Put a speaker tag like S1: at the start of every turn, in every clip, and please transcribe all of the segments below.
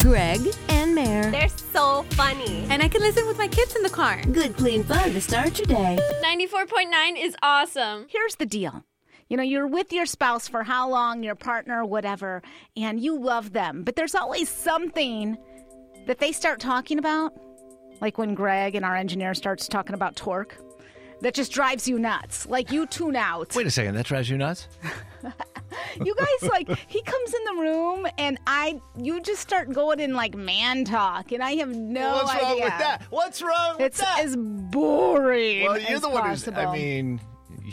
S1: Greg, and Mare.
S2: They're so funny.
S3: And I can listen with my kids in the car.
S1: Good, clean fun to start your day.
S3: 94.9 is awesome.
S4: Here's the deal. You know, you're with your spouse for how long, your partner, whatever, and you love them, but there's always something that they start talking about, like when Greg and our engineer starts talking about torque, that just drives you nuts. Like you tune out.
S5: Wait a second, that drives you nuts?
S4: You guys, like, he comes in the room and I, you just start going in like man talk, and I have no
S5: What's
S4: idea.
S5: wrong with that? What's wrong with
S4: It's
S5: that?
S4: as boring.
S5: well, you're
S4: as
S5: the one who's. I
S4: possible.
S5: mean,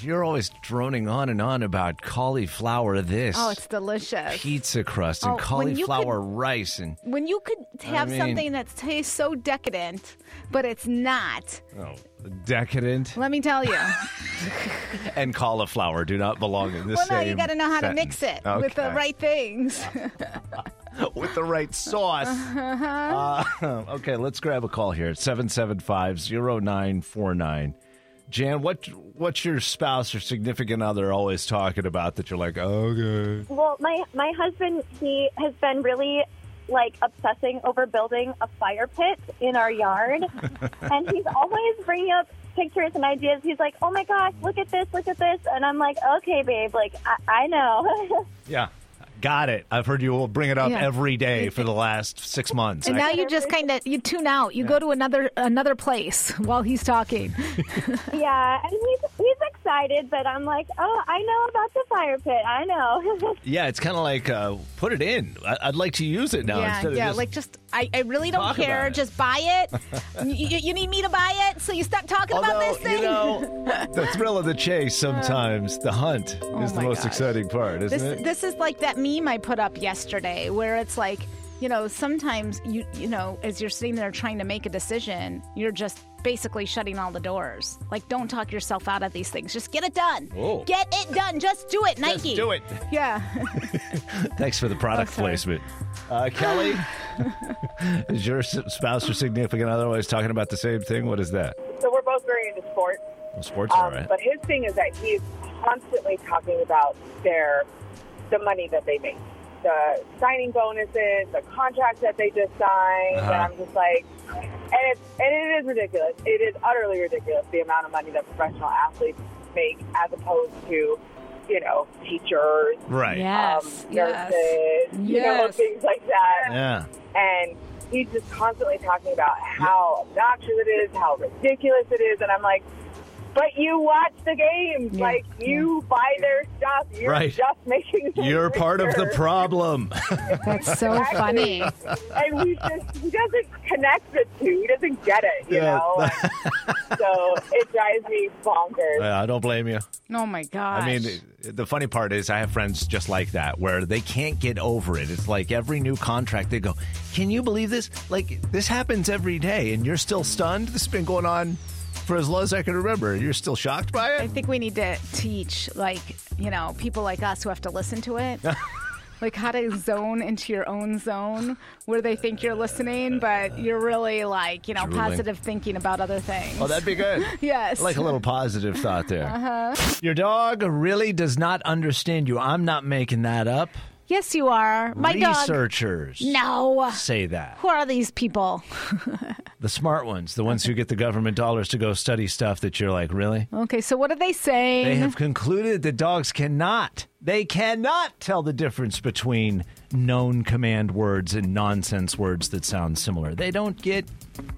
S5: you're always droning on and on about cauliflower this,
S4: oh, it's delicious.
S5: pizza crust, and
S4: Oh, when you could-
S5: cauliflower rice, and
S4: when you could have
S5: mean-
S4: something that tastes so decadent, but it's not.
S5: oh, decadent
S4: Let me tell you.
S5: and cauliflower do not belong in the
S4: well,
S5: same.
S4: no, you got to know how to mix
S5: sentence.
S4: it with the
S5: Okay.
S4: right things.
S5: with the right sauce.
S4: Uh-huh.
S5: Uh, okay, let's grab a call here at 775-0949. Jan, what what's your spouse or significant other always talking about that you're like, okay.
S6: Well, my my husband he has been really like obsessing over building a fire pit in our yard, and he's always bringing up pictures and ideas. He's like, "Oh my gosh, look at this, look at this," and I'm like, "Okay, babe, like I, I know."
S5: Yeah. Got it. I've heard you will bring it up
S4: Yeah.
S5: every day for the last six months.
S4: and
S5: I-
S4: now you just kind of you tune out. You go to another another place while he's talking.
S6: yeah, and he's he's excited, but I'm like, "Oh, I know about the fire pit. I know."
S5: yeah, it's kind of like uh, put it in. I- I'd like to use it now.
S4: yeah,
S5: Oh, instead of
S4: yeah.
S5: just-
S4: like just I, I really don't
S5: Talk
S4: care.
S5: about it.
S4: Just buy it. you, you- you need me to buy it, so you stop talking about
S5: Although
S4: this thing.
S5: you know, the thrill of the chase sometimes the hunt is the
S4: Oh my
S5: most
S4: gosh.
S5: exciting part, isn't
S4: This
S5: it?
S4: this is like that meme I put up yesterday where it's like, you know, sometimes you you know, as you're sitting there trying to make a decision, you're just basically shutting all the doors. Like don't talk yourself out of these things. Just get it done.
S5: Whoa.
S4: Get it done. Just do it, Nike.
S5: Oh. Just do it.
S4: Yeah.
S5: Thanks for the product
S4: sorry.
S5: placement. Uh, Kelly, is your s- spouse or significant other always talking about the same thing? What is that?
S7: So we're both very into sports.
S5: Well, sports, all
S7: Um,
S5: right.
S7: But his thing is that he's constantly talking about their the money that they make, the signing bonuses, the contracts that they just signed,
S5: Uh-huh.
S7: and I'm just like, and it's and it is ridiculous. It is utterly ridiculous the amount of money that professional athletes make as opposed to, you know, teachers,
S5: Right.
S4: Yes.
S7: um,
S4: yes.
S7: nurses, you know,
S4: Yes.
S7: things like that
S5: Yeah.
S7: and he's just constantly talking about how obnoxious it is, how ridiculous it is, and I'm like, but you watch the games,
S4: Yeah,
S7: like you buy their stuff, you're
S5: Right.
S7: just making. them
S5: You're part of the
S7: richer."
S5: problem.
S4: That's so funny.
S7: Exactly. and he just he doesn't connect the two, he doesn't get it, you
S5: Yeah.
S7: know. And so it drives me bonkers.
S5: Yeah, I don't blame you.
S4: Oh my gosh.
S5: I mean, th- the funny part is I have friends just like that where they can't get over it. It's like every new contract they go, "Can you believe this? Like this happens every day and you're still stunned? This has been going on for as long as I can remember. You're still shocked by
S4: I
S5: it?"
S4: think we need to teach, like, you know, people like us who have to listen to it. Like how to zone into your own zone where they think you're listening, but you're really like, you know,
S5: Drooling.
S4: positive thinking about other things.
S5: Oh, that'd be good.
S4: yes. Uh-huh.
S5: I like a little positive thought there. Your dog really does not understand you. I'm not making that up.
S4: yes, you are. My dog.
S5: Researchers
S4: No.
S5: say that.
S4: Who are these people?
S5: The smart ones, the ones who get the government dollars to go study stuff that you're like, really?
S4: Okay, so what are they saying?
S5: They have concluded that dogs cannot, they cannot tell the difference between known command words and nonsense words that sound similar. They don't get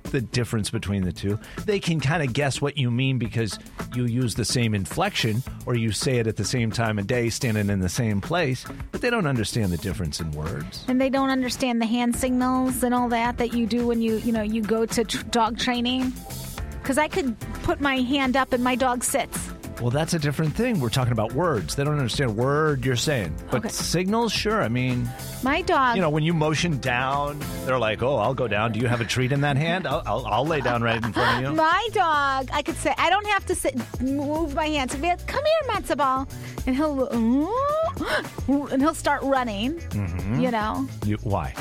S5: the difference between the two. They can kind of guess what you mean because you use the same inflection or you say it at the same time of day, standing in the same place, but they don't understand the difference in words.
S4: and they don't understand the hand signals and all that that you do when you you know you go to tr- dog training. Because I could put my hand up and my dog sits.
S5: Well, that's a different thing. We're talking about words. They don't understand a word you're saying. But
S4: Okay.
S5: signals, sure. I mean,
S4: My dog.
S5: you know, when you motion down, they're like, "Oh, I'll go down. Do you have a treat in that hand? I'll, I'll, I'll lay down right in front of you."
S4: My dog, I could say, I don't have to sit, move my hands. He'll be like, Come here, matzo ball. And he'll, and he'll start running,
S5: Mm-hmm.
S4: you know,
S5: you. Why?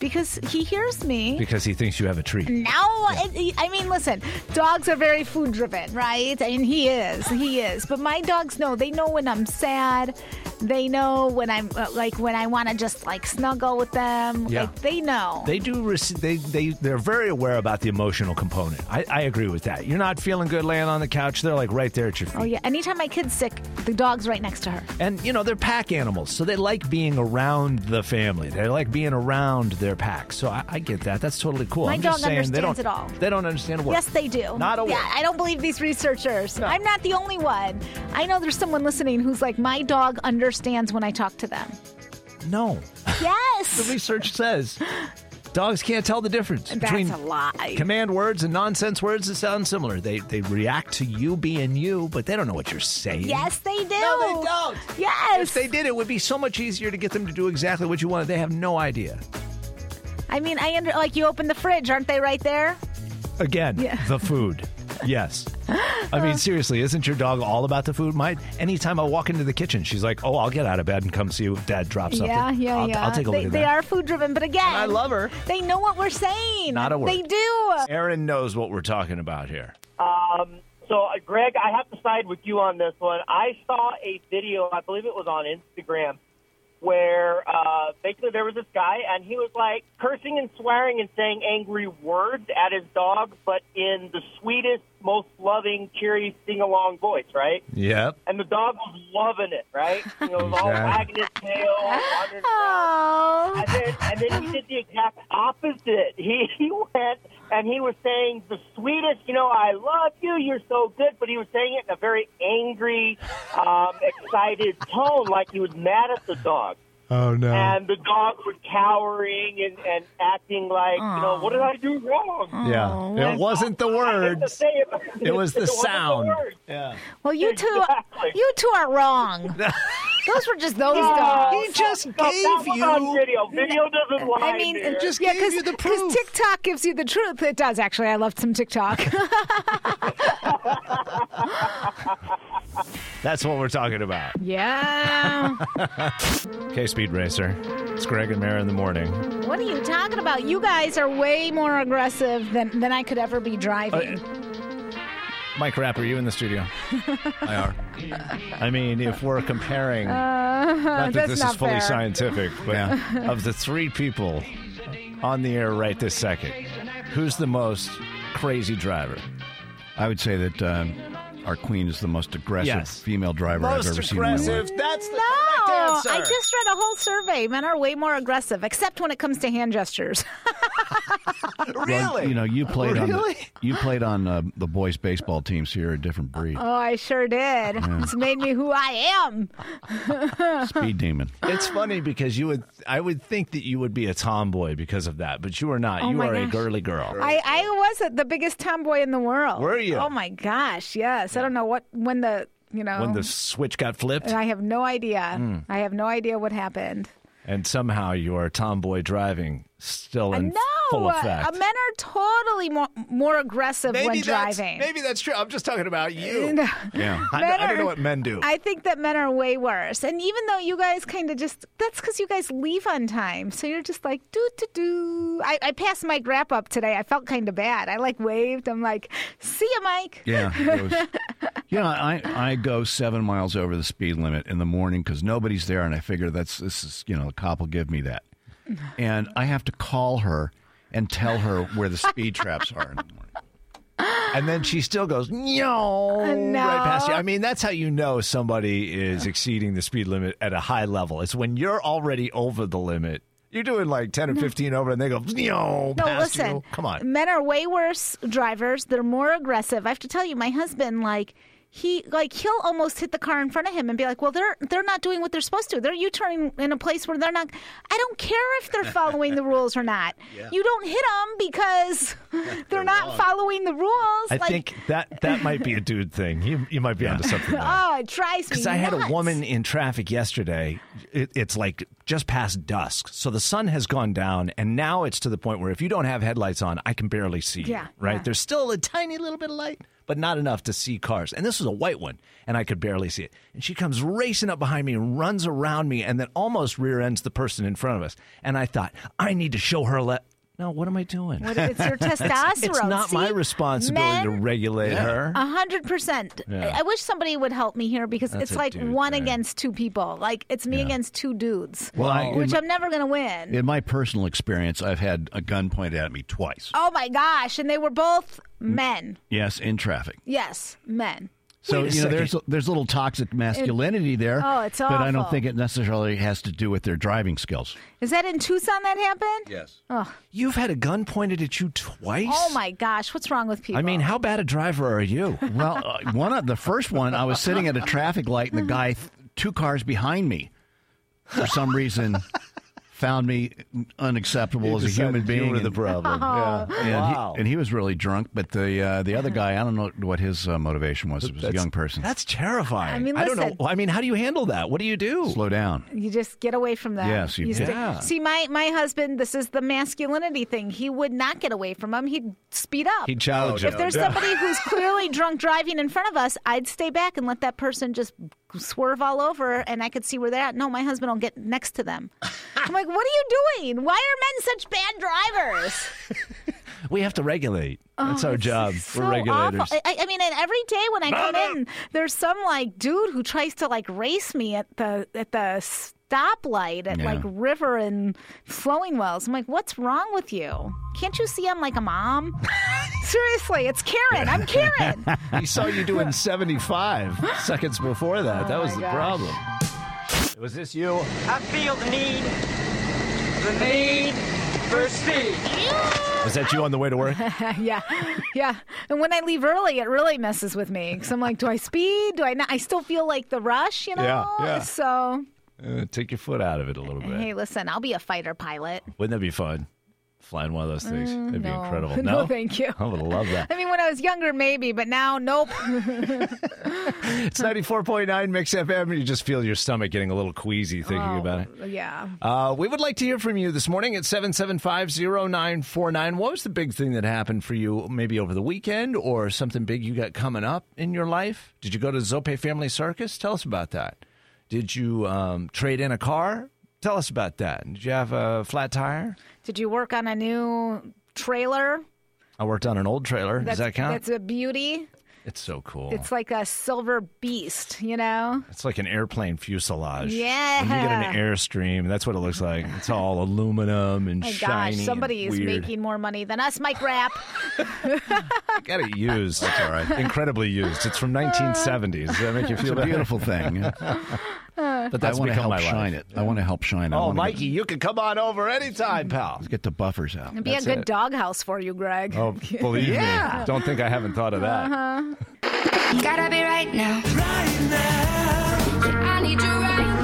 S4: because he hears me.
S5: Because he thinks you have a treat.
S4: now, it, I mean, listen, dogs are very food driven, right? I mean, he is, he is. But my dogs know, they know when I'm sad. They know when I'm uh, like when I want to just like snuggle with them.
S5: Yeah.
S4: Like they know.
S5: They do. rec- They they they're very aware about the emotional component. I, I agree with that. You're not feeling good laying on the couch. They're like right there at your feet.
S4: oh yeah. Anytime my kid's sick, the dog's right next to her.
S5: And you know they're pack animals, so they like being around the family. They like being around their pack. So I, I get that. That's totally cool.
S4: My
S5: I'm just
S4: dog
S5: saying they don't.
S4: understands it all.
S5: They don't understand what.
S4: Yes, they do.
S5: Not a word.
S4: Yeah, I don't believe these researchers. I'm not the only one. I know there's someone listening who's like, my dog understands when I talk to them.
S5: No,
S4: Yes.
S5: research says dogs can't tell the difference between
S4: That's a lie.
S5: command words and nonsense words that sound similar. They they react to you being you, but they don't know what you're saying.
S4: Yes, they do.
S5: No, they don't. If
S4: Yes.
S5: they did, it would be so much easier to get them to do exactly what you wanted. They have no idea.
S4: I mean, I under like you open the fridge, aren't they right there?
S5: Again,
S4: Yeah.
S5: the food. Yes. I mean, seriously, isn't your dog all about the food? My, anytime I walk into the kitchen, she's like, oh, I'll get out of bed and come see if dad drops something.
S4: Yeah, yeah,
S5: I'll,
S4: yeah.
S5: I'll take a
S4: they,
S5: look at
S4: they
S5: that.
S4: are food driven, but again,
S5: I love her.
S4: They know what we're saying.
S5: Not a word.
S4: They do.
S5: Aaron knows what we're talking about here.
S2: Um, so, uh, Greg, I have to side with you on this one. I saw a video, I believe it was on Instagram, where uh, basically there was this guy and he was like cursing and swearing and saying angry words at his dog, but in the sweetest, most loving, cheery, sing along voice, right?
S5: Yep.
S2: And the dog was loving it, right? You know, it was all
S5: Exactly.
S2: wagging his tail, wandering around.
S4: Oh.
S2: And then, and then he did the exact opposite. He he went and he was saying the sweetest, you know, I love you, you're so good, but he was saying it in a very angry, um, excited tone, like he was mad at the dog.
S5: Oh, no.
S2: And the dog was cowering and, and acting like, you know, what did I do wrong?
S5: yeah. it wasn't the
S2: I hate to
S5: words.
S2: say it, but
S5: It was the
S2: wasn't
S5: sound.
S2: words.
S5: Yeah.
S4: Well, you two,
S2: Exactly.
S4: you two are wrong. Those were just those dogs.
S5: He just gave
S2: That was on
S5: you.
S2: video. Video doesn't lie.
S4: I mean,
S2: there.
S5: It just
S4: yeah,
S5: gave you the proof.
S4: Because TikTok gives you the truth. It does, actually. I loved some TikTok.
S5: That's what we're talking about.
S4: yeah.
S5: Okay, Speed Racer. It's Greg and Mara in the morning.
S4: what are you talking about? You guys are way more aggressive than, than I could ever be
S5: Uh,
S4: driving.
S5: Mike Rapp, are you in the studio? I are. I mean, if we're comparing, not that
S4: that's
S5: this is
S4: not
S5: fully
S4: fair.
S5: scientific, but of the three people on the air right this second, who's the most crazy driver?
S8: I would say that um, our queen is the most aggressive
S5: Yes.
S8: female driver I've ever seen. In my life.
S5: That's the
S4: no, I just read a whole survey. Men are way more aggressive, except when it comes to hand gestures.
S8: Well,
S5: really.
S8: you know, you played on
S5: Really?
S8: the, you played on uh, the boys' baseball teams here, a different breed,
S4: oh, I sure did. It's made me who I am.
S8: speed demon.
S5: It's funny because you would, I would think that you would be a tomboy because of that, but you are not. you
S4: Oh my
S5: are a
S4: gosh.
S5: girly girl.
S4: I, I was the biggest tomboy in the world.
S5: Were you?
S4: Oh my gosh, yes. I don't know what when the you know
S5: when the Hmm. switch got flipped,
S4: I have no idea. I have no idea what happened.
S5: and somehow your tomboy driving still in
S4: no,
S5: full
S4: uh,
S5: effect.
S4: men are totally more, more aggressive when driving.
S5: That's, maybe that's true. I'm just talking about you.
S8: Yeah.
S5: I,
S4: Men
S5: I don't
S4: are-
S5: know what men do.
S4: I think that men are way worse. And even though you guys kind of just, that's because you guys leave on time. So you're just like, doo doo doo. I, I passed Mike Wrap up today. I felt kind of bad. I like waved. I'm like, see ya, Mike.
S8: Yeah, it was- yeah. I, I go seven miles over the speed limit in the morning because nobody's there, and I figure that's this is you know the cop will give me that, and I have to call her and tell her where the speed traps are in the morning.
S5: and then she still goes, no,
S4: no.
S5: right past you. I mean, that's how you know somebody is exceeding the speed limit at a high level. It's when you're already over the limit. You're doing like 10 or 15 over, and they go,
S4: No,
S5: no, past
S4: listen.
S5: you. Come on.
S4: Men are way worse drivers. They're more aggressive. I have to tell you, my husband, like, he like he'll almost hit the car in front of him and be like, "Well, they're they're not doing what they're supposed to. They're U-turning in a place where they're not. I don't care if they're following the rules or not. You don't hit them because they're, not following the rules.
S5: I
S4: like,
S5: think that that might be a dude thing. You you might be onto something there.
S4: oh, it drives me.
S5: Because I had a
S4: nuts.
S5: woman in traffic yesterday. It, it's like just past dusk. So the sun has gone down, and now it's to the point where if you don't have headlights on, I can barely see. you,
S4: Yeah,
S5: right?
S4: yeah.
S5: There's still a tiny little bit of light, but not enough to see cars. And this was a white one, and I could barely see it. And she comes racing up behind me and runs around me and then almost rear ends the person in front of us. And I thought, I need to show her. Le- No, what am I doing?
S4: What- It's your testosterone.
S5: it's not my
S4: See?
S5: responsibility to
S4: Men-
S5: regulate her.
S4: A hundred percent.
S5: Yeah.
S4: I I wish somebody would help me here because
S5: That's
S4: it's
S5: a
S4: like
S5: dude
S4: one
S5: thing.
S4: against two people. Like it's me against two dudes,
S8: Well, I-
S4: which
S8: in-
S4: I'm never gonna win.
S8: In my personal experience, I've had a gun pointed at me twice.
S4: oh my gosh! And they were both
S5: Mm.
S4: men.
S8: Yes, in traffic.
S4: Yes, men.
S8: So
S5: Wait
S8: you
S5: a
S8: know,
S5: second.
S8: there's there's a little toxic masculinity there.
S4: Oh, it's
S8: But I don't
S4: awful.
S8: think it necessarily has to do with their driving skills.
S4: Is that in Tucson that happened?
S8: Yes.
S5: Oh. You've had a gun pointed at you twice?
S4: Oh my gosh! What's wrong with people?
S5: I mean, how bad a driver are you?
S8: Well, uh, one of the first one, I was sitting at a traffic light, and the guy, th- two cars behind me, for some reason, found me unacceptable as a human being.
S5: with the
S8: and-
S5: problem.
S8: And,
S5: wow.
S8: he, and he was really drunk, but the uh, the other guy, I don't know what his uh, motivation was. It was a young person.
S5: That's terrifying.
S4: I mean,
S5: I don't know.
S4: listen.
S5: Well, I mean, how do you handle that? What do you do?
S8: Slow down.
S4: You just get away from them.
S8: Yes, you
S4: you
S8: do.
S4: stay-
S5: Yeah.
S4: See, my my husband, this is the masculinity thing. He would not get away from them. He'd speed up.
S5: He'd challenge
S4: Oh, If
S5: you.
S4: there's
S5: Yeah.
S4: somebody who's clearly drunk driving in front of us, I'd stay back and let that person just swerve all over, and I could see where they're at. No, my husband will get next to them. I'm like, what are you doing? Why are men such bad drivers?
S5: We have to regulate. That's our job.
S4: Oh, So
S5: We're regulators.
S4: awful. I, I mean, and every day when I come in, there's some like dude who tries to like race me at the at the stoplight at
S8: Yeah.
S4: like River and Flowing Wells. I'm like, what's wrong with you? Can't you see I'm like a mom? Seriously, it's Karen. I'm Karen.
S5: He saw you doing 75 seconds before that.
S4: Oh
S5: that was the problem. Was this you?
S9: I feel the need, the need for speed.
S5: Was that you on the way to work? Uh,
S4: yeah, yeah. And when I leave early, it really messes with me because I'm like, do I speed? Do I not? I still feel like the rush, you know.
S5: Yeah, yeah.
S4: So
S5: Uh, take your foot out of it a little bit.
S4: hey, listen, I'll be a fighter pilot.
S5: Wouldn't that be fun? Flying one of those things. That'd be
S4: Mm, no.
S5: incredible.
S4: No, thank you.
S5: I would love that.
S4: I mean, when I was younger, maybe, but now, nope.
S5: It's 94.9 Mix FM. You just feel your stomach getting a little queasy thinking
S4: Oh.
S5: about it.
S4: yeah.
S5: Uh, we would like to hear from you this morning at 7750949. What was the big thing that happened for you maybe over the weekend or something big you got coming up in your life? Did you go to Zope Family Circus? Tell us about that. Did you um, trade in a car? Tell us about that. Did you have a flat tire?
S4: Did you work on a new trailer?
S5: I worked on an old trailer. Does that count?
S4: That's a beauty.
S5: It's so cool.
S4: It's like a silver beast, you know?
S5: It's like an airplane fuselage.
S4: Yeah.
S5: When you get an airstream, that's what it looks like. It's all aluminum and
S4: My
S5: shiny.
S4: gosh,
S5: and
S4: somebody is
S5: weird.
S4: making more money than us, Mike Rapp.
S5: Got it used.
S8: That's all right.
S5: Incredibly used. It's
S1: Uh.
S5: from 1970s. Does that make you
S8: It's
S5: feel
S8: a
S5: better?
S8: beautiful thing.
S5: But
S8: I want to help
S5: my life.
S8: shine it. I want to help shine. I
S5: Oh,
S8: wanna get-
S5: Mikey, you can come on over anytime, pal.
S8: get the buffers out.
S4: It'd be a
S5: That's
S4: good
S5: it.
S4: doghouse for you, Greg.
S5: Oh, believe me. Don't think I haven't thought of that.
S1: Uh-huh. Gotta be right now. I need you right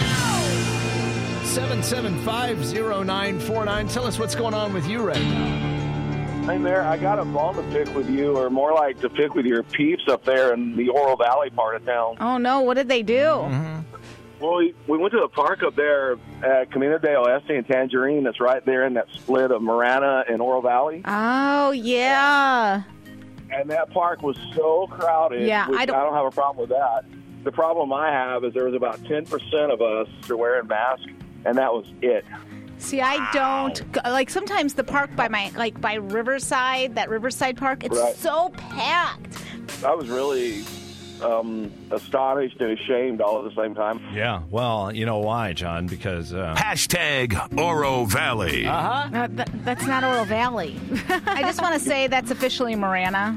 S1: now.
S5: 7750949. Tell us what's going on with you right now.
S10: Hey, Mayor, I got a ball to pick with you, or more like to pick with your peeps up there in the Oral Valley part of town.
S4: Oh, no. What did they do?
S5: Mm-hmm.
S10: Well, we, we went to a park up there at Camino del Este and Tangerine that's right there in that split of Marana and Oral Valley.
S4: Oh, yeah.
S10: And that park was so crowded.
S4: Yeah,
S10: which
S4: I
S10: I,
S4: don't-
S10: don't, have a problem with that. The problem I have is there was about 10% of us that were wearing masks, and that was it.
S4: See, I don't go- like sometimes the park by my like by Riverside, that Riverside Park, it's
S10: Right.
S4: so packed.
S10: I was really um, astonished and ashamed all at the same time.
S5: Yeah, well, you know why, John? Because uh,
S11: Hashtag Oro Valley.
S4: Uh, th- that's not Oral Valley. I just want to say that's officially Marana.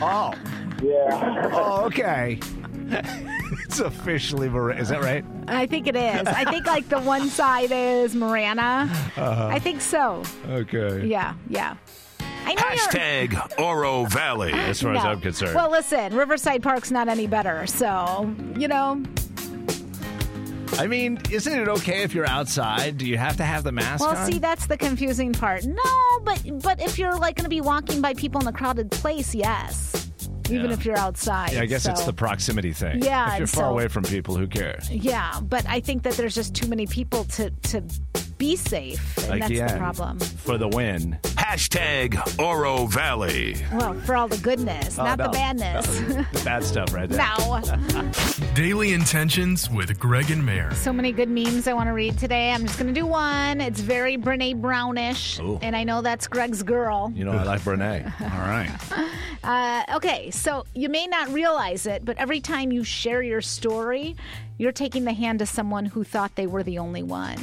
S5: oh,
S10: Yeah.
S5: oh, okay. it's officially Mar- is that right?
S4: I think it is. I think like the one side is Marana.
S5: Uh-huh.
S4: I think so.
S5: Okay.
S4: Yeah, yeah. I know you're.
S11: Hashtag Oro Valley.
S5: As far as
S4: No.
S5: I'm concerned.
S4: Well, listen, Riverside Park's not any better. So, you know,
S5: I mean, isn't it okay if you're outside? Do you have to have the mask
S4: well,
S5: on?
S4: see, that's the confusing part. No, but but if you're like going to be walking by people in a crowded place, yes. Even
S5: Yeah.
S4: if you're outside.
S5: yeah, I guess it's
S4: so-
S5: the proximity thing.
S4: Yeah,
S5: If you're
S4: and
S5: far
S4: so-
S5: away from people, who cares?
S4: Yeah, but I think that there's just too many people to to be safe, and that's
S5: Again,
S4: the problem.
S5: For the win.
S11: Hashtag Oro Valley.
S4: Well, for all the goodness,
S11: Oh,
S4: not
S11: no.
S4: the badness.
S5: The bad stuff right there.
S4: No.
S12: Daily Intentions with Greg and Mayor.
S4: So many good memes I want to read today. I'm just going to do one. It's very Brene Brownish.
S5: Ooh.
S4: And I know that's Greg's girl.
S5: You know, I like Brene. All right.
S4: Uh, okay, so you may not realize it, but every time you share your story, you're taking the hand of someone who thought they were the only one.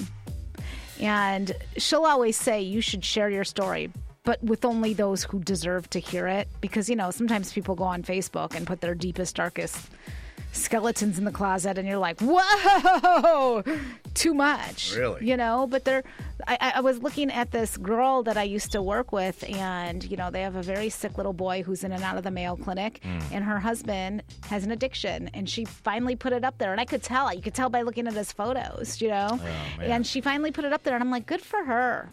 S4: And she'll always say, you should share your story, but with only those who deserve to hear it. Because, you know, sometimes people go on Facebook and put their deepest, darkest skeletons in the closet, and you're like, whoa, too much.
S13: Really?
S4: You know, but they're, I, I- I was looking at this girl that I used to work with, and, you know, they have a very sick little boy who's in and out of the Mayo Clinic,
S13: Mm.
S4: and her husband has an addiction, and she finally put it up there. And I could tell, you could tell by looking at his photos, you know?
S13: Oh, man.
S4: and she finally put it up there, and I'm like, good for her.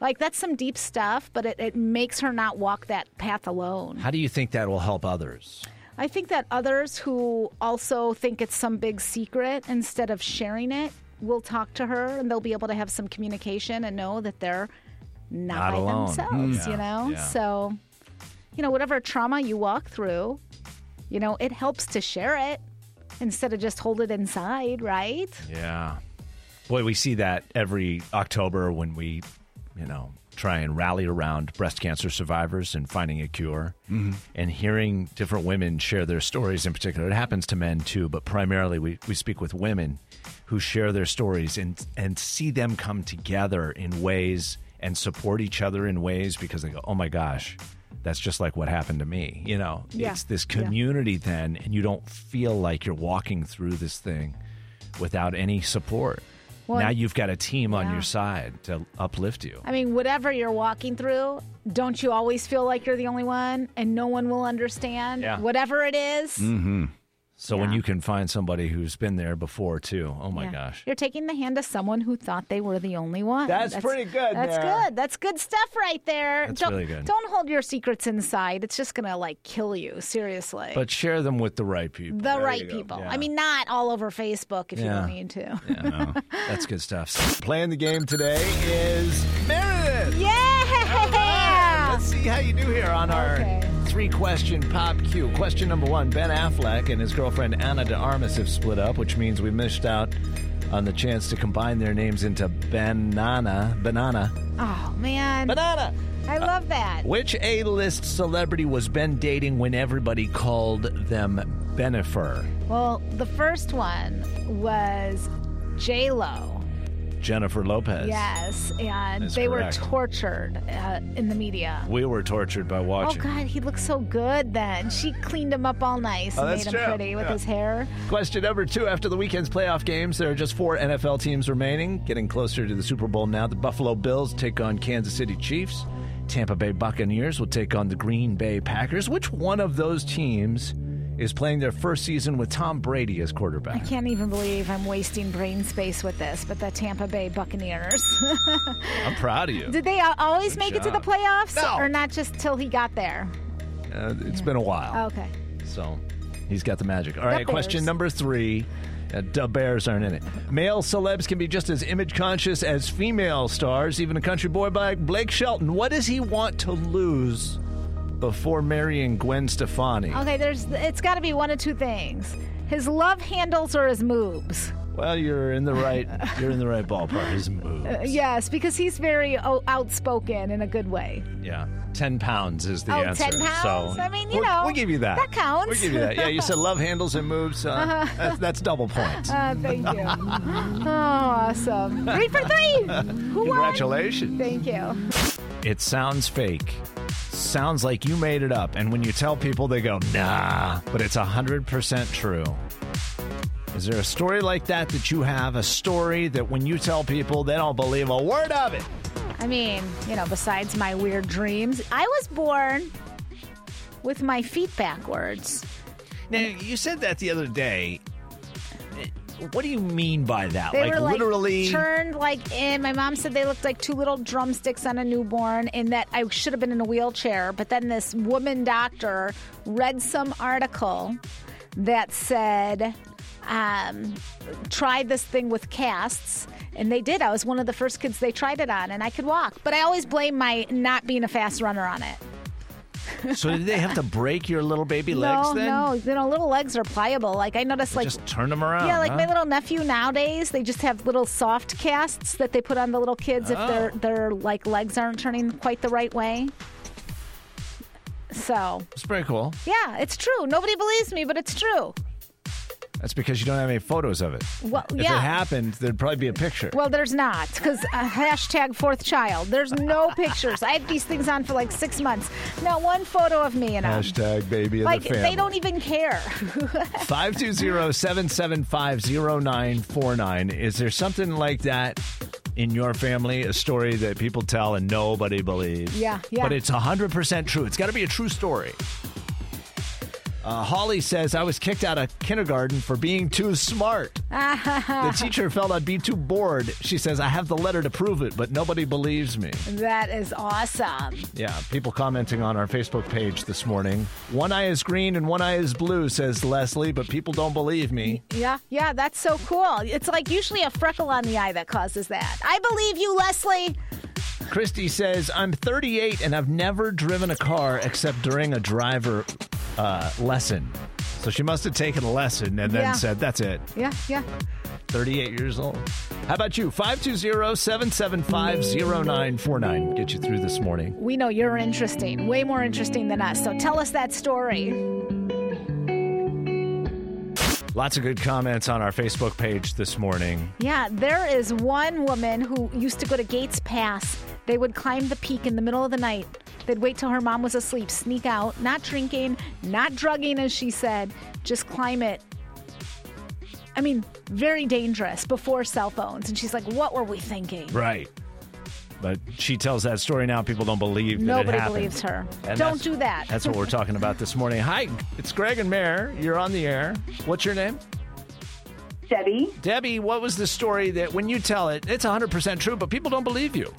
S4: Like, that's some deep stuff, but it, it makes her not walk that path alone.
S5: How do you think that will help others?
S4: I think that others who also think it's some big secret, instead of sharing it, will talk to her and they'll be able to have some communication and know that they're not,
S5: Not
S4: by
S5: alone.
S4: themselves,
S5: Mm.
S4: you
S5: Yeah,
S4: know?
S5: yeah.
S4: So, you know, whatever trauma you walk through, you know, it helps to share it instead of just hold it inside, right?
S5: Yeah. Boy, we see that every October when we, you know, try and rally around breast cancer survivors and finding a cure
S14: Mhm.
S5: and hearing different women share their stories in particular. It happens to men too, but primarily we, we speak with women who share their stories and and see them come together in ways and support each other in ways because they go, Oh my gosh, that's just like what happened to me. You know,
S14: Yeah.
S5: it's this
S14: Yeah.
S5: community community then and you don't feel like you're walking through this thing without any support.
S4: Well,
S5: now you've got a team on
S4: yeah.
S5: your side to uplift you.
S4: I mean, whatever you're walking through, don't you always feel like you're the only one and no one will understand?
S5: Yeah.
S4: Whatever it is.
S5: Mm-hmm. So when you can find somebody who's been there before too, oh my
S4: Yeah.
S5: gosh.
S4: You're taking the hand of someone who thought they were the only one.
S5: That's pretty good,
S4: That's
S5: Mara.
S4: good. That's good stuff right there.
S5: That's
S4: don't,
S5: really good.
S4: Don't hold your secrets inside. It's just going to like kill you, seriously.
S5: But share them with the right people.
S4: the
S5: There you
S4: right
S5: go.
S4: people.
S5: Yeah.
S4: I mean, not all over Facebook if you
S5: Yeah.
S4: don't need to.
S5: Yeah, no. that's good stuff. Playing the game today is Meredith.
S4: Yeah.
S5: Let's see how you do here on our three question pop cue. Question number one Ben Affleck and his girlfriend Anna de Armas have split up, which means we missed out on the chance to combine their names into Banana. Banana.
S4: Oh, man.
S5: Banana.
S4: I love that.
S5: Which A list celebrity was Ben dating when everybody called them Benifer?
S4: Well, the first one was J-Lo.
S5: Jennifer Lopez.
S4: Yes. And
S5: That's
S4: they
S5: correct.
S4: were tortured uh, in the media.
S5: We were tortured by watching.
S4: Oh God, he looks so good then. She cleaned him up all nice
S5: Oh,
S4: and
S5: that's
S4: made him
S5: true.
S4: pretty with
S5: Yeah.
S4: his hair.
S5: Question number two. After the weekend's playoff games, there are just four NFL teams remaining. Getting closer to the Super Bowl now. The Buffalo Bills take on Kansas City Chiefs. Tampa Bay Buccaneers will take on the Green Bay Packers. Which one of those teams is playing their first season with Tom Brady as
S4: I
S5: quarterback?
S4: can't even believe I'm wasting brain space with this, but the Tampa Bay Buccaneers.
S5: I'm proud of you.
S4: Did they al- always
S5: Good
S4: make it to the
S5: job.
S4: playoffs
S5: No.
S4: or not just till he got there?
S5: Uh, it's been a while.
S4: Okay.
S5: So he's got the magic. All
S4: The Bears.
S5: right, question number three. Uh, the Bears aren't in it. Male celebs can be just as image conscious as female stars, even a country boy like Blake Shelton. What does he want to lose before marrying Gwen Stefani?
S4: Okay, there's it's got to be one of two things. His love handles or his moves.
S5: Well, you're in the right you're in the right ballpark. His move.
S4: Uh, yes, because he's very o- outspoken in a good way.
S5: Yeah. Ten pounds is the
S4: Oh,
S5: answer.
S4: 10 pounds?
S5: So
S4: I mean, you
S5: we'll-
S4: know,
S5: We'll give you that.
S4: that counts.
S5: We'll give you that. Yeah, you said love handles and moves. Uh,
S4: Uh-huh.
S5: that's, that's double points.
S4: Uh, thank you. oh, awesome. Three for three. Who won?
S5: Congratulations.
S4: Thank you.
S5: It sounds fake. Sounds like you made it up. And when you tell people, they go, nah, but it's 100% true. Is there a story like that that you have? A story that when you tell people, they don't believe a word of it?
S4: I mean, you know, besides my weird dreams, I was born with my feet backwards.
S5: Now, you said that the other day. What do you mean by that?
S4: They
S5: like,
S4: were like
S5: literally.
S4: turned like in. My mom said they looked like two little drumsticks on a newborn, and that I should have been in a wheelchair. But then this woman doctor read some article that said, um, "Try this thing with casts." And they did. I was one of the first kids they tried it on, and I could walk. But I always blame my not being a fast runner on it.
S5: So did they have to break your little baby legs
S4: no,
S5: then?
S4: no, you know, little legs are pliable. Like I noticed, like
S5: Just turn them around.
S4: yeah, like
S5: huh?
S4: my little nephew nowadays, they just have little soft casts that they put on the little kids if their
S5: Oh.
S4: their like legs aren't turning quite the right way. So
S5: It's pretty cool.
S4: yeah, it's true. Nobody believes me, but it's true.
S5: That's because you don't have any photos of it.
S4: Well,
S5: If
S4: yeah.
S5: it happened, there'd probably be a picture.
S4: Well, there's not because uh, hashtag fourth child. There's no pictures. I had these things on for like six months. Not one photo of me in them.
S5: Hashtag baby in
S4: Like
S5: the family.
S4: they don't even care.
S5: 520-775-0949. Is there something like that in your family? A story that people tell and nobody believes?
S4: Yeah, yeah.
S5: But it's 100% true. It's got to be a true story. Uh, Holly says, I was kicked out of kindergarten for being too smart. The teacher felt I'd be too bored. She says, I have the letter to prove it, but nobody believes me.
S4: that is awesome.
S5: Yeah, people commenting on our Facebook page this morning. One eye is green and one eye is blue, says Leslie, but people don't believe me.
S4: Yeah, yeah, that's so cool. It's like usually a freckle on the eye that causes that. I believe you, Leslie.
S5: Christy says, I'm 38 and I've never driven a car except during a driver uh, lesson. So she must have taken a lesson and then
S4: Yeah.
S5: said, That's it.
S4: Yeah, yeah.
S5: 38 years old. How about you? 520 775 0949. Get you through this morning.
S4: We know you're interesting, way more interesting than us. So tell us that story.
S5: Lots of good comments on our Facebook page this morning.
S4: Yeah, there is one woman who used to go to Gates Pass. They would climb the peak in the middle of the night. They'd wait till her mom was asleep, sneak out, not drinking, not drugging, as she said, just climb it. I mean, very dangerous before cell phones. And she's like, what were we thinking?
S5: Right. But she tells that story now. People don't believe that it
S4: Nobody
S5: happened.
S4: believes her.
S5: And
S4: Don't
S5: that's-
S4: do that.
S5: That's what we're talking about this morning. Hi, it's Greg and Mayor. You're on the air. What's your name?
S13: Debbie.
S5: Debbie, what was the story that when you tell it, it's 100% true, but people don't believe you?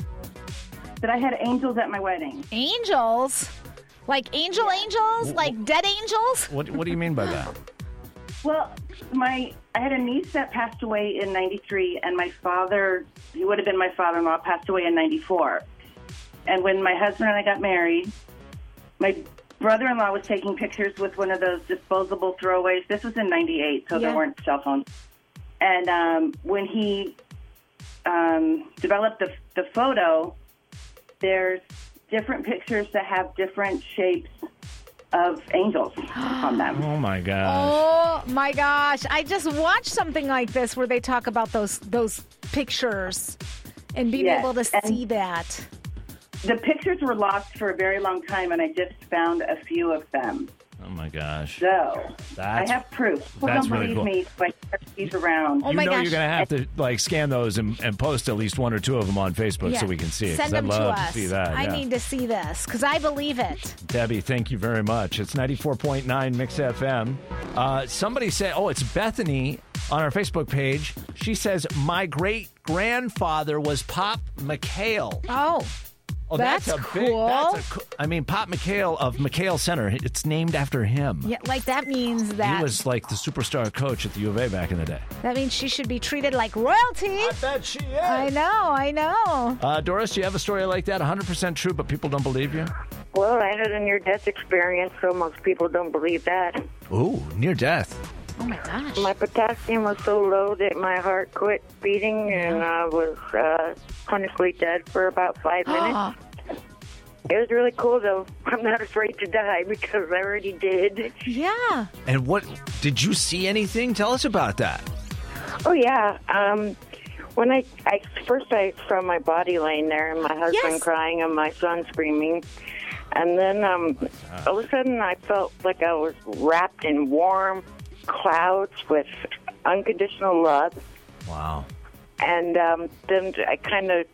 S13: That I had angels at my wedding.
S4: Angels? Like angel angels? Like dead angels?
S5: What, what do you mean by that?
S13: Well, my I had a niece that passed away in '93, and my father, he would have been my father-in-law, passed away in '94. And when my husband and I got married, my brother-in-law was taking pictures with one of those disposable throwaways. This was in '98, so
S14: Yeah.
S13: there weren't cell phones. And um, when he um, developed the, the photo, there's different pictures that have different shapes of angels on them.
S5: Oh my gosh.
S4: Oh my gosh. I just watched something like this where they talk about those those pictures and being
S13: Yes,
S4: able to
S13: and-
S4: see that.
S13: The pictures were lost for a very long time, and I just found a few of them.
S5: Oh, my gosh.
S13: So
S5: That's-
S13: I have proof. People
S5: that's
S13: don't
S5: really
S13: believe
S5: cool.
S13: me, but he's around.
S4: Oh,
S15: Oh,
S5: you know you're going to have to like scan those and, and post at least one or two of them on Facebook
S4: Yeah.
S5: so we can see it. 'cause
S4: Send them
S5: I'd love
S4: to
S5: to,
S4: us.
S5: see that.
S4: I
S5: yeah.
S4: need to see this because I believe it.
S5: Debbie, thank you very much. It's 94.9 Mix FM. Uh, somebody said, oh, it's Bethany on our Facebook page. She says, my great grandfather was Pop McHale.
S4: Oh.
S5: Oh, that's,
S4: that's,
S5: a
S4: cool.
S5: big. That's a, co- I mean, Pop McHale of McHale Center. It's named after him.
S4: yeah, like that means that
S5: He was like the superstar coach at the U of A back in the day.
S4: that means she should be treated like royalty. I
S5: bet she is.
S4: I know, I know.
S5: Uh, Doris, do you have a story like that? 100% true, but people don't believe you?
S15: Well, I had a near death experience, so most people don't believe that.
S5: Ooh, near death.
S4: Oh my gosh.
S15: My potassium was so low that my heart quit beating, and I was uh, clinically dead for about five
S4: Ah.
S15: minutes. It was really cool, though. I'm not afraid to die because I already did.
S4: Yeah.
S5: And what did you see anything? Tell us about that.
S15: Oh yeah. Um, when I, I first I saw my body laying there and my husband crying and my son screaming, and then um, all of a sudden I felt like I was wrapped in warm clouds with unconditional love,
S5: Wow.
S15: and um, then I kind of.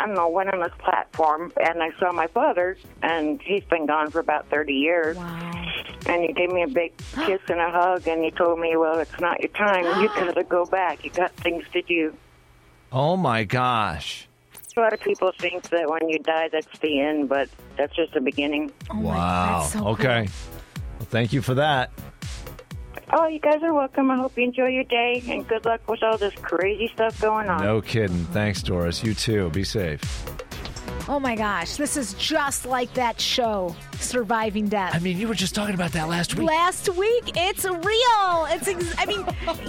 S15: I don't know, went on this platform and I saw my father, and he's been gone for about 30 years. And he gave me a big kiss and a hug, and he told me, Well, it's not your time. You gotta go back. You got things to do.
S5: Oh my gosh.
S15: A lot of people think that when you die, that's the end, but that's just the beginning.
S5: wow.
S15: that's so
S5: okay. Well, thank you for that.
S15: Oh, you guys are welcome. I hope you enjoy your day and good luck with all this crazy stuff going on.
S5: No kidding. Thanks, Doris. You too. Be safe.
S4: Oh my gosh, this is just like that show, Surviving Death.
S5: I mean, you were just talking about that last week.
S4: Last week, it's real. It's, ex- I mean,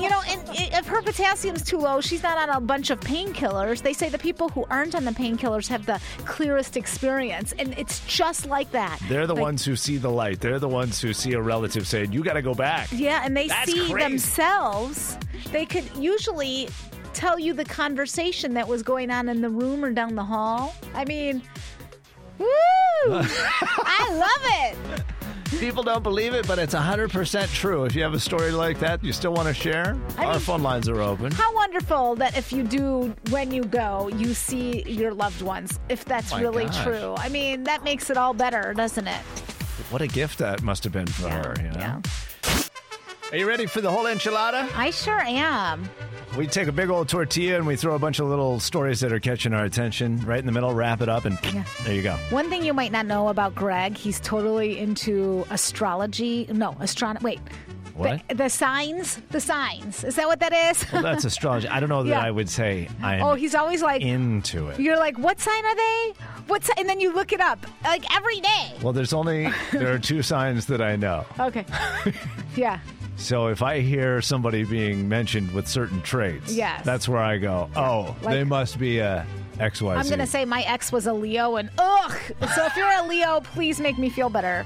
S4: you know, and i- if her potassium's too low, she's not on a bunch of painkillers. They say the people who aren't on the painkillers have the clearest experience, and it's just like that.
S5: They're the
S4: Like,
S5: ones who see the light. They're the ones who see a relative saying, "You got to go back."
S4: Yeah, and they
S5: That's
S4: see
S5: crazy.
S4: themselves. They could usually tell you the conversation that was going on in the room or down the hall. I mean, woo! I love it.
S5: People don't believe it, but it's 100% true. If you have a story like that, you still want to share,
S4: I
S5: our
S4: mean-
S5: phone lines are open.
S4: How wonderful that if you do, when you go, you see your loved ones, if that's
S5: Oh My
S4: really
S5: gosh.
S4: true. I mean, that makes it all better, doesn't it?
S5: What a gift that must have been for her, you know? Are you ready for the whole enchilada?
S4: I sure am.
S5: We take a big old tortilla and we throw a bunch of little stories that are catching our attention right in the middle, wrap it up, and there you go.
S4: One thing you might not know about Greg, he's totally into astrology. No, astronomy. Wait.
S5: What?
S4: The, the signs? The signs. Is that what that is?
S5: Well, that's astrology. I don't know that
S4: Yeah.
S5: I would say I am
S4: Oh, he's always like,
S5: into it.
S4: you're like, what sign are they? What si-? And then you look it up like every day.
S5: Well, there's only, there are two signs that I know.
S4: Okay. yeah.
S5: So if I hear somebody being mentioned with certain traits,
S4: Yes.
S5: that's where I go, oh,
S4: Like-
S5: they must be a XYZ.
S4: I'm going to say my ex was a Leo and ugh. So if you're a Leo, please make me feel better.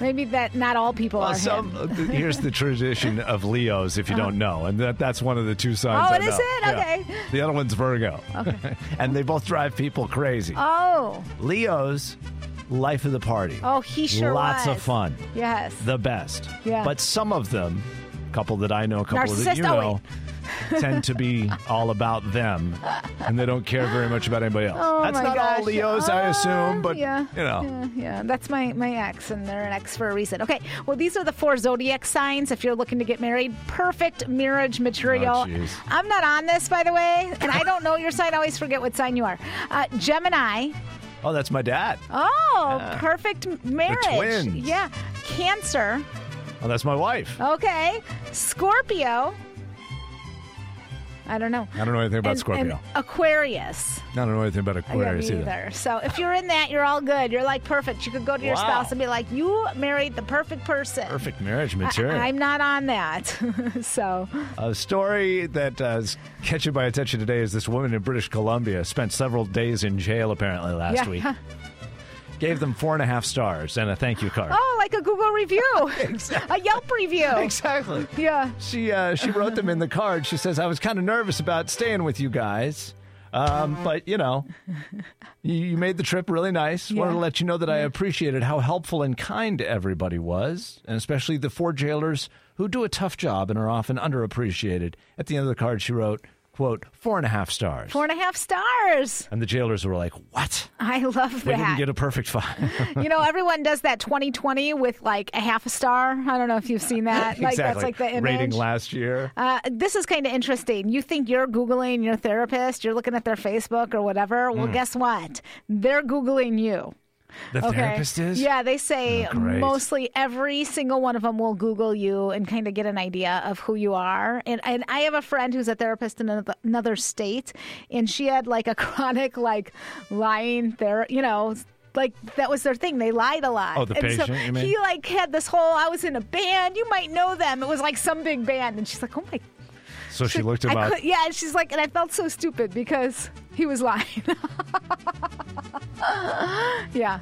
S4: Maybe that not all people
S5: Well,
S4: are
S5: Uh, some,
S4: him.
S5: here's the tradition of Leos, if you
S4: Uh-huh.
S5: don't know, and that, that's one of the two signs.
S4: Oh,
S5: I
S4: it is
S5: know.
S4: it? Okay.
S5: The other one's Virgo. Okay. and they both drive people crazy.
S4: Oh.
S5: Leo's life of the party.
S4: Oh, he sure
S5: Lots
S4: was.
S5: of fun.
S4: Yes.
S5: The best.
S4: Yeah.
S5: But some of them, couple that I know, couple that you
S4: Narcissist, oh,
S5: know, tend to be all about them, and they don't care very much about anybody else.
S4: Oh,
S5: that's
S4: my
S5: not all
S4: gosh. Uh,
S5: Leos, I assume, but
S4: yeah.
S5: you know.
S4: Yeah, yeah. that's my, my ex, and they're an ex for a reason. Okay, well, these are the four zodiac signs if you're looking to get married. Perfect marriage
S5: Oh,
S4: material.
S14: jeez.
S4: I'm not on this, by the way, and I don't know your sign. I always forget what sign you are. Uh, Gemini.
S5: Oh, that's my dad.
S4: Oh,
S5: Yeah.
S4: perfect m- marriage.
S5: twins.
S4: Yeah. Cancer.
S5: Oh, that's my wife.
S4: Okay. Scorpio. I don't know.
S5: I don't know anything about
S4: And-
S5: Scorpio.
S4: and Aquarius.
S5: I don't know anything about
S4: I got
S5: Aquarius
S4: me
S5: either.
S4: either. So if you're in that, you're all good. You're like perfect. You could go to your
S5: Wow.
S4: spouse and be like, "You married the perfect person."
S5: Perfect marriage material.
S4: I, am not on that. so
S5: A story that uh, is catching my attention today is this woman in British Columbia spent several days in jail apparently last
S4: yeah.
S5: week. Gave them four and a half stars and a thank you card.
S4: Oh, like a Google review, a Yelp review.
S5: Exactly.
S4: Yeah.
S5: She uh, she wrote them in the card. She says, "I was kind of nervous about staying with you guys, um, but you know, you, you made the trip really nice. Wanted to
S16: Yeah.
S5: let you know that I appreciated how helpful and kind everybody was, and especially the four jailers who do a tough job and are often underappreciated." At the end of the card, she wrote, "Quote four and a half stars."
S4: Four and a half stars.
S5: And the jailers were like, "What?
S4: I love
S5: We didn't
S4: that.
S5: get a perfect five."
S4: you know, everyone does that 2020 with like a half a star. I don't know if you've seen that. Like that's
S5: exactly.
S4: like the image.
S5: rating last year.
S4: Uh, this is kind of interesting. You think you're Googling your therapist, you're looking at their Facebook or whatever. Well,
S5: Mm.
S4: guess what? They're Googling you.
S5: The therapist is?
S4: Yeah, they say
S5: Oh, great.
S4: mostly every single one of them will Google you and kind of get an idea of who you are. And, and I have a friend who's a therapist in anoth- another state, and she had like a chronic, like lying there, you know. Like that was their thing. They lied a lot.
S5: Oh, the
S4: and so
S5: patient, you mean?
S4: he like had this whole. I was in a band. You might know them. It was like some big band. And she's like, "Oh my
S5: So she looked him
S4: I
S5: up.
S4: could, yeah, and she's like, and I felt so stupid because he was lying. yeah,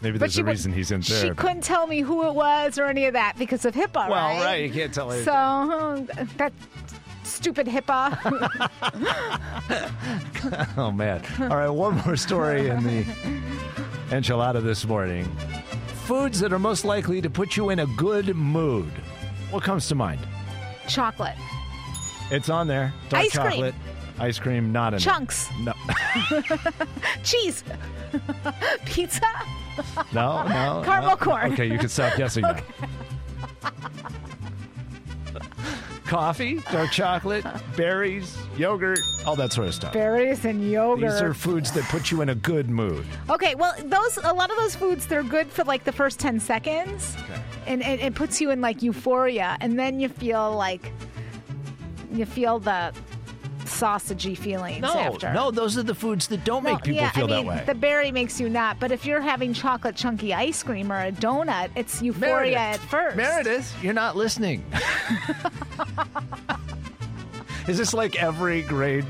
S5: Maybe
S4: But
S5: there's
S4: she
S5: a
S4: would-
S5: reason he's in therapy.
S4: she couldn't tell me who it was or any of that because of HIPAA,
S5: Well,
S4: right?
S5: right, you can't tell her.
S4: So uh, that stupid HIPAA.
S5: oh man! All right, one more story in the enchilada this morning. Foods that are most likely to put you in a good mood. What comes to mind?
S4: Chocolate.
S5: It's on there. Dark
S4: Ice cream.
S5: chocolate, ice cream, not in it.
S4: Chunks.
S5: No,
S4: Cheese. Pizza.
S5: no, no.
S4: Caramel
S5: no.
S4: corn.
S5: Okay, you can stop guessing
S4: Okay.
S5: now. coffee, dark chocolate, berries, yogurt, all that sort of stuff.
S4: Berries and yogurt.
S5: These are foods that put you in a good mood.
S4: Okay, well, those a lot of those foods they're good for like the first ten seconds, and, and it puts you in like euphoria, and then you feel like you feel the sausagey feelings
S5: No,
S4: after.
S5: no, those are the foods that don't
S4: No,
S5: make people
S4: yeah,
S5: feel
S4: I mean,
S5: that way.
S4: The berry makes you not, but if you're having chocolate chunky ice cream or a donut, it's euphoria
S5: Meredith.
S4: at first.
S5: Meredith, you're not listening. Is this like every grade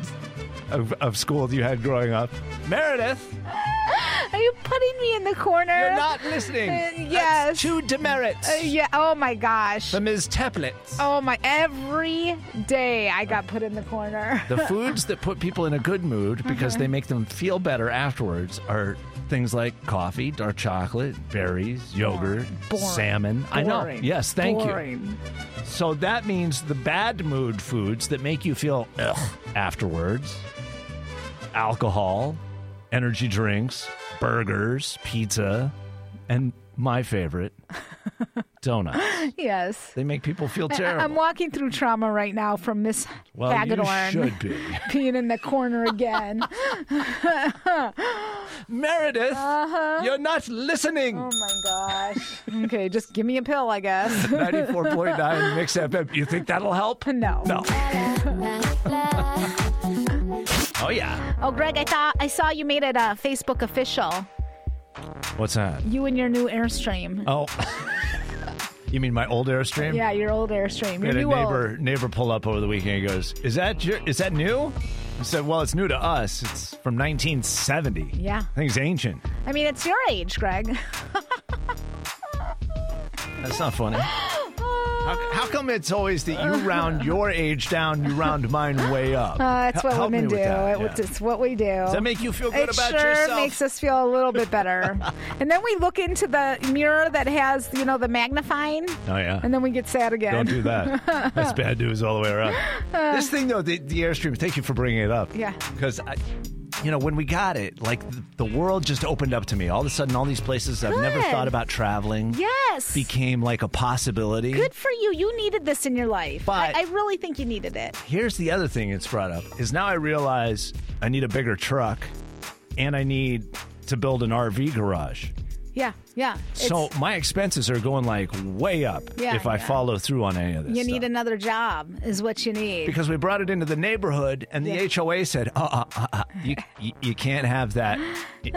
S5: of, of school you had growing up? Meredith,
S4: Are you putting me in the corner?
S5: You're not listening.
S4: Uh,
S5: That's
S4: yes.
S5: two demerits.
S4: Uh, yeah. Oh my gosh.
S5: the Ms. Teplitz.
S4: Oh my! Every day I got put in the corner.
S5: The foods that put people in a good mood because
S4: Mm-hmm.
S5: they make them feel better afterwards are things like coffee, dark chocolate, berries, yogurt,
S4: Boring.
S5: salmon. I know.
S4: Boring.
S5: Yes, thank
S4: Boring.
S5: you. So that means the bad mood foods that make you feel ugh afterwards alcohol, energy drinks, burgers, pizza, and my favorite, donuts.
S4: yes.
S5: They make people feel
S4: I-
S5: terrible.
S4: I'm walking through trauma right now from Miss
S5: well,
S4: Hagedorn
S5: you should be.
S4: being in the corner again. Oh
S5: Meredith,
S4: Uh-huh.
S5: you're not listening.
S4: Oh my gosh. Okay, just give me a pill, I guess.
S5: 94.9 Mix FM. You think that'll help?
S4: No.
S5: No. Oh, yeah.
S4: Oh, Greg, I thought I saw you made it uh, Facebook official.
S5: What's that?
S4: You and your new Airstream.
S5: Oh. you mean my old Airstream?
S4: Yeah, your old Airstream.
S5: We
S4: Your
S5: had a
S4: new
S5: neighbor neighbor pull up over the weekend. He goes, "Is that your, is that new?" I said, "Well, it's new to us. It's from 1970.
S4: Yeah.
S5: I think it's ancient.
S4: old. I mean, it's your age, Greg.
S5: That's not funny.
S4: Uh,
S5: How, how come it's always that you round your age down, you round mine way up?
S4: Uh, that's
S5: Hel-
S4: what
S5: help me
S4: women do.
S5: with that.
S4: It-
S5: Yeah.
S4: It's what we do.
S5: Does that make you feel good
S4: it
S5: about
S4: sure
S5: yourself?
S4: makes us feel a little bit better. and then we look into the mirror that has, you know, the magnifying.
S5: Oh, yeah.
S4: And then we get sad again.
S5: Don't do that. That's bad news all the way around. this thing though, the, the airstream. Thank you for bringing it up.
S4: Yeah.
S5: Because I, you know, when we got it, like the, the world just opened up to me. All of a sudden, all these places I've never
S4: Good.
S5: thought about traveling.
S4: Yes.
S5: Became like a possibility.
S4: Good for you. You needed this in your life.
S5: But-
S4: I, I really think you needed it.
S5: Here's the other thing it's brought up is now I realize I need a bigger truck, and I need to build an RV garage.
S4: Yeah, yeah. It's-
S5: so my expenses are going like way up
S4: Yeah,
S5: if I
S4: yeah.
S5: follow through on any of this.
S4: you need another job, is what you need.
S5: because we brought it into the neighborhood and the
S4: Yeah.
S5: HOA said, uh, uh, uh, uh, you, you, you can't have that i- here.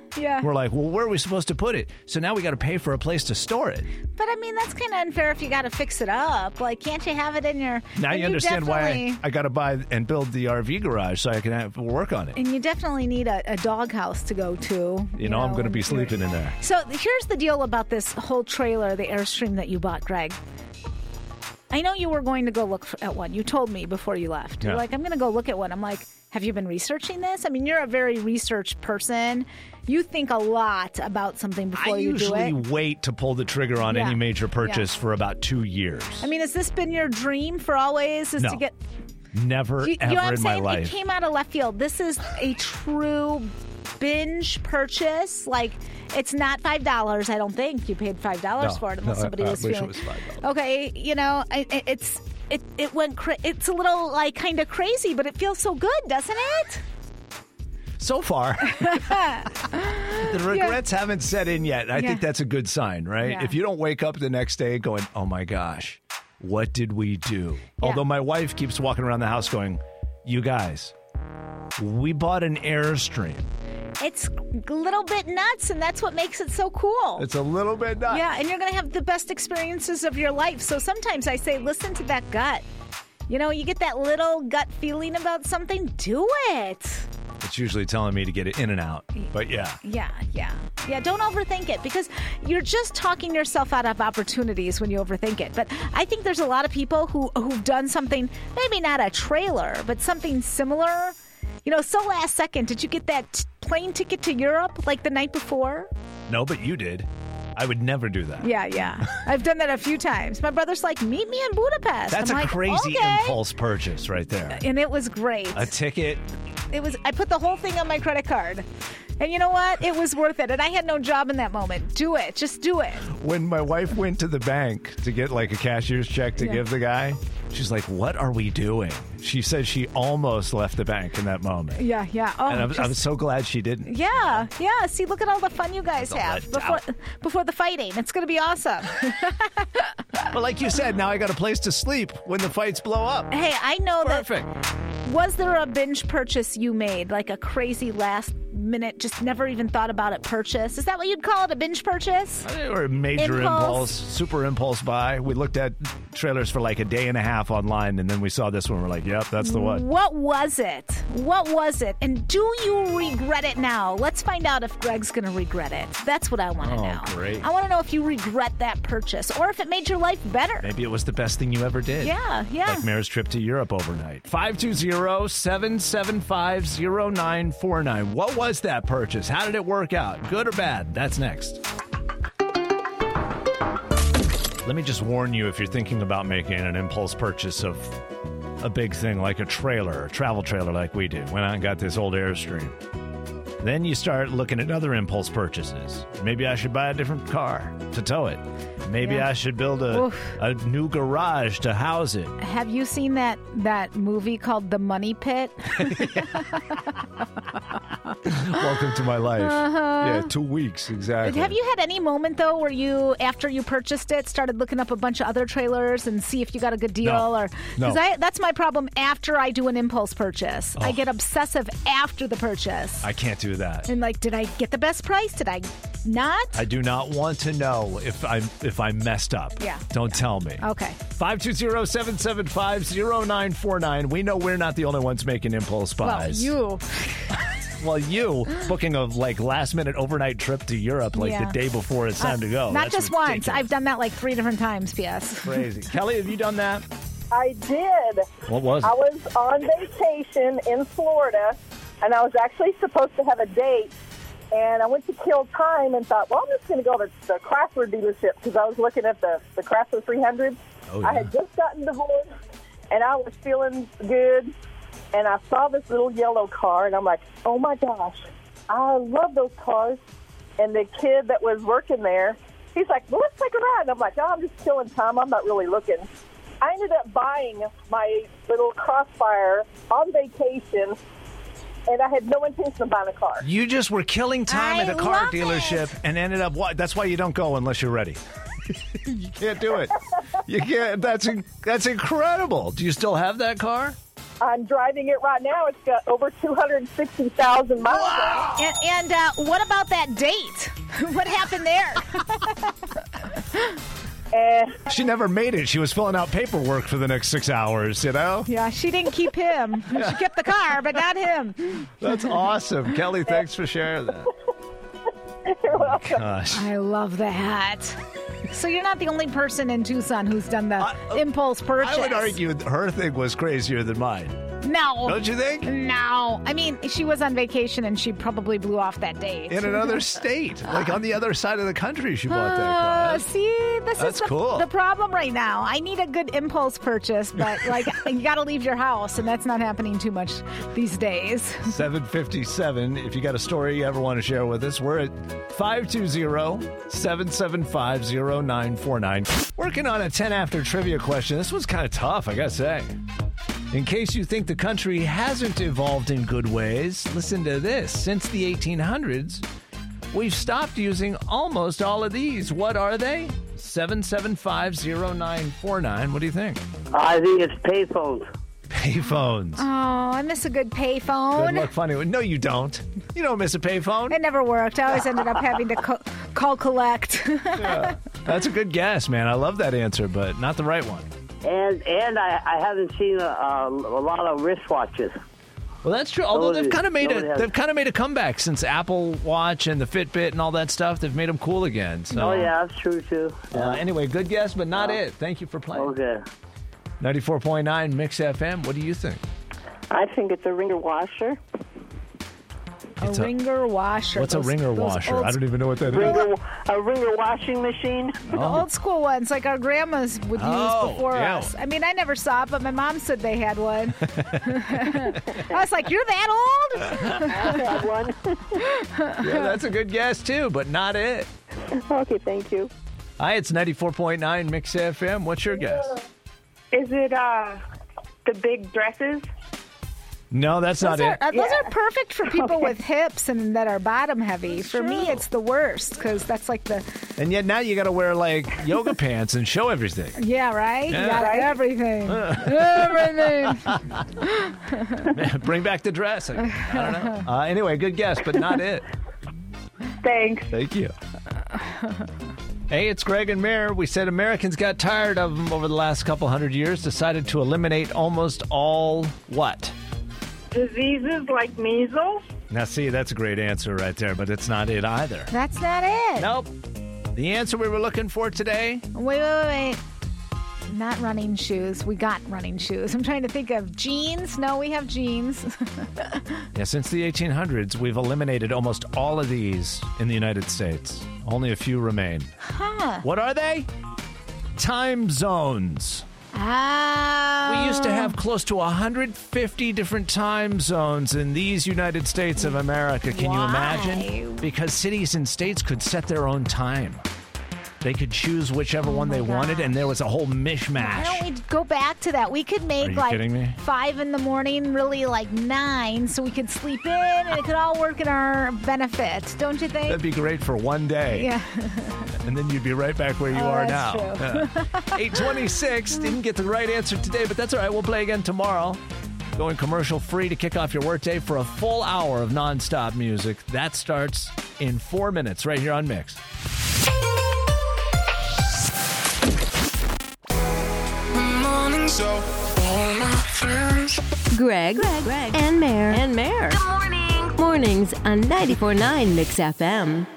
S4: Uh-huh, yeah.
S5: We're like, well, where are we supposed to put it? So now we got to pay for a place to store it.
S4: but I mean, that's kind of unfair if you got to fix it up. Like, can't you have it in your?
S5: Now
S4: and
S5: you understand
S4: definitely-
S5: why I, I got to buy and build the RV garage so I can have, work on it.
S4: And you definitely need a, a doghouse to go to.
S5: You know, I'm going to be sleeping in there.
S4: So here's the deal about this whole trailer, the Airstream that you bought, Greg. I know you were going to go look for, at one. You told me before you left. You're
S14: Yeah.
S4: like, I'm going to go look at one. I'm like, have you been researching this? I mean, you're a very research person. You think a lot about something before
S5: I
S4: you do
S5: usually
S4: it.
S5: wait to pull the trigger on
S4: Yeah.
S5: any major purchase
S4: Yeah.
S5: for about two years.
S4: I mean, has this been your dream for always? Is
S5: No.
S4: to get
S5: Never,
S4: you, you
S5: ever
S4: know what I'm
S5: in my
S4: saying?
S5: life.
S4: It came out of left field. This is a true binge purchase. Like it's not five dollars. I don't think you paid five dollars
S5: No,
S4: for it unless
S5: no, I-
S4: somebody
S5: I
S4: was
S5: wish it
S4: feeling.
S5: was $5.
S4: Okay, you know, I, I- it's it it went. Cra- it's a little like kind of crazy, but it feels so good, doesn't it?
S5: so far. The regrets haven't set in yet. I think
S4: Yeah.
S5: that's a good sign, right?
S4: Yeah.
S5: If you don't wake up the next day going, oh my gosh, what did we do? Although my wife keeps walking around the house going, you guys, we bought an Airstream.
S4: It's a little bit nuts, and that's what makes it so cool.
S5: It's a little bit nuts.
S4: Yeah, and you're going to have the best experiences of your life. So sometimes I say, listen to that gut. You know, you get that little gut feeling about something, do it.
S5: It's usually telling me to get it in and out. But yeah.
S4: Yeah, yeah. Yeah, don't overthink it because you're just talking yourself out of opportunities when you overthink it. But I think there's a lot of people who who've done something, maybe not a trailer, but something similar. You know, so last second, did you get that t- plane ticket to Europe like the night before?
S5: No, but you did. I would never do that.
S4: Yeah, yeah. I've done that a few times. My brother's like, meet me in Budapest.
S5: That's
S4: I'm
S5: a
S4: like,
S5: crazy
S4: okay. Uh,
S5: impulse purchase right there.
S4: And it was great.
S5: A ticket.
S4: It was I put the whole thing on my credit card. And you know what? It was worth it. And I had no job in that moment. Do it. Just do it.
S5: When my wife went to the bank to get like a cashier's check to
S4: Yeah.
S5: give the guy, She's like, "What are we doing?" She said she almost left the bank in that moment,
S4: Yeah, yeah. Oh,
S5: and I'm,
S4: just-
S5: I'm so glad she didn't.
S4: yeah, yeah. See, look at all the fun you guys
S5: The
S4: have before
S5: letdown.
S4: before the fighting. It's gonna be awesome.
S5: But like you said, now I got a place to sleep when the fights blow up.
S4: hey, I know
S5: Perfect.
S4: that. Was there a binge purchase you made, like a crazy last minute, just never even thought about it purchase? Is that what you'd call it, a binge purchase?
S5: Or a major
S4: Impulse.
S5: impulse. super impulse buy. We looked at trailers for like a day and a half online, and then we saw this one. We're like, "Yep, that's the one."
S4: What was it? What was it? And do you regret it now? Let's find out if Greg's going to regret it. That's what I want to
S5: Oh,
S4: know.
S5: great.
S4: I want to know if you regret that purchase or if it made your life better.
S5: Maybe it was the best thing you ever did.
S4: Yeah, yeah.
S5: Like Mary's trip to Europe overnight. 520-775-0949. What was that purchase? How did it work out? Good or bad? That's next. Let me just warn you if you're thinking about making an impulse purchase of a big thing like a trailer, a travel trailer like we do. Went out and got this old Airstream. Then you start looking at other impulse purchases. Maybe I should buy a different car to tow it. Maybe
S4: Yeah.
S5: I should build a,
S4: Oof.
S5: a new garage to house it.
S4: Have you seen that that movie called The Money Pit?
S5: Welcome to my life.
S4: Uh-huh.
S5: Yeah, two weeks exactly.
S4: Have you had any moment though where you, after you purchased it, started looking up a bunch of other trailers and see if you got a good deal
S5: No.
S4: or
S5: No.
S4: I that's my problem after I do an impulse purchase. I
S5: Oh.
S4: get obsessive after the purchase.
S5: I can't do that.
S4: and like, did I get the best price? Did I not?
S5: I do not want to know if I if I messed up.
S4: Yeah. Oh.
S5: Don't tell me.
S4: Okay.
S5: 520-775-0949. We know we're not the only ones making impulse
S4: Well,
S5: buys.
S4: you.
S5: Well, you booking a like last minute overnight trip to Europe like
S4: Yeah.
S5: the day before it's time
S4: Uh,
S5: to go.
S4: Not
S5: That's
S4: just once. I've done that like three different times. P.S.
S5: Crazy. Kelly, have you done that?
S14: I did.
S5: What was it?
S14: I was on vacation in Florida, and I was actually supposed to have a date. And I went to kill time and thought, well, I'm just going to go to the Chrysler dealership because I was looking at the, the Chrysler 300.
S16: Oh,
S14: I had just gotten divorced, and I was feeling good. And I saw this little yellow car, and I'm like, oh my gosh, I love those cars. And the kid that was working there, he's like, well, let's take a ride. And I'm like, oh, I'm just killing time. I'm not really looking. I ended up buying my little crossfire on vacation, and I had no intention of buying a car.
S5: You just were killing time
S14: I
S5: at a car
S14: love
S5: dealership and ended up. Why, that's why you don't go unless you're ready. you can't do it. You can't. That's in- that's incredible. Do you still have that car?
S14: I'm driving it right now. It's got over 260,000 miles. on
S5: Oh.
S4: And, and uh, what about that date? what happened there?
S5: She never made it. She was filling out paperwork for the next six hours. You know.
S4: yeah, she didn't keep him. She kept the car, but not him.
S5: That's awesome, Kelly. Thanks for sharing that.
S14: You're welcome.
S5: Gosh.
S4: I love that. So you're not the only person in Tucson who's done the impulse purchase.
S5: uh, I would argue that her thing was crazier than mine.
S4: No.
S5: Don't you think?
S4: No. I mean, she was on vacation and she probably blew off that date.
S5: In another state, like on the other side of the country, she bought that car.
S4: Oh, see, this
S5: That's
S4: is the,
S5: cool.
S4: the problem right now. I need a good impulse purchase, but like you got to leave your house, and that's not happening too much these days.
S5: 757. If you got a story you ever want to share with us, we're at 520-775-0949. Working on a 10 after trivia question. This one's kind of tough, I gotta say. In case you think the country hasn't evolved in good ways, listen to this. Since the 1800s, we've stopped using almost all of these. What are they? 7750949. What do you think?
S17: I think it's payphones.
S5: Payphones.
S4: Oh, I miss a good payphone.
S5: Good luck finding one. No, you don't. You don't miss a payphone.
S4: It never worked. I always ended up having to co- call collect.
S5: That's a good guess, man. I love that answer, but not the right one.
S17: And and I, I haven't seen a, a, a lot of wristwatches.
S5: Well, that's true. Although
S17: Nobody-
S5: they've kind of made
S17: nobody
S5: a
S17: has-
S5: they've kind of made a comeback since Apple Watch and the Fitbit and all that stuff. They've made them cool again. So
S17: Oh yeah, that's true too.
S5: Uh, anyway, good guess, but not it. Thank you for playing.
S17: Okay.
S5: Ninety four point nine Mix FM. What do you think?
S16: I think it's a ringer washer.
S4: a
S5: It's a-
S4: ringer washer.
S5: What's a
S4: Those-
S5: ringer
S4: those
S5: washer?
S4: old
S5: I don't even know what that is.
S17: Ringer, a ringer washing machine.
S4: The
S5: Oh.
S4: old school ones, like our grandmas would use
S17: Oh,
S4: before
S17: yeah.
S4: us. I mean, I never saw it, but my mom said they had one. I was like, "You're that old?"
S16: one.
S5: yeah, that's a good guess too, but not it.
S16: okay, thank you.
S5: Hi, it's ninety four point nine Mix FM. What's your guess?
S18: Is it uh the big dresses?
S5: No, that's not
S4: Those are,
S5: it.
S4: uh, those are perfect for people with hips and that are bottom heavy. For me, it's the worst because that's like the
S5: and yet now you got to wear like yoga pants and show everything.
S4: yeah, right.
S5: Yeah.
S4: You got
S5: Right.
S4: everything, everything.
S5: Bring back the dress. I, I don't know. Uh, anyway, good guess, but not it.
S18: Thanks.
S5: Thank you. Hey, it's Greg and Mayor. We said Americans got tired of them over the last couple hundred years, decided to eliminate almost all what?
S18: Diseases like measles?
S5: Now, see, that's a great answer right there, but it's not it either.
S4: That's not it.
S5: Nope. The answer we were looking for today
S4: Wait, wait, wait, wait. Not running shoes. We got running shoes. I'm trying to think of jeans. No, we have jeans.
S5: Yeah, since the 1800s, we've eliminated almost all of these in the United States. Only a few remain.
S4: huh.
S5: What are they? Time zones.
S4: Ah.
S5: We used to have close to 150 different time zones in these United States of America. Can you imagine? Because cities and states could set their own time. They could choose whichever one they wanted, and there was a whole
S4: Why
S5: mishmash.
S4: don't we go back to that? We could make
S5: Are you
S4: like
S5: kidding me?
S4: five in the morning, really like nine, so we could sleep in and it could all work in our benefit, don't you think?
S5: That'd be great for one day.
S4: yeah.
S5: and then you'd be right back where you
S4: Oh,
S5: are
S4: that's
S5: now.
S4: true.
S5: Yeah. 826 didn't get the right answer today, but that's all right. We'll play again tomorrow. Going commercial free to kick off your workday for a full hour of nonstop music. That starts in four minutes right here on Mix.
S9: Morning show. All my friends.
S19: Greg, Greg, and Mayor, and Mayor. Good morning. Mornings on 94.9 Mix FM.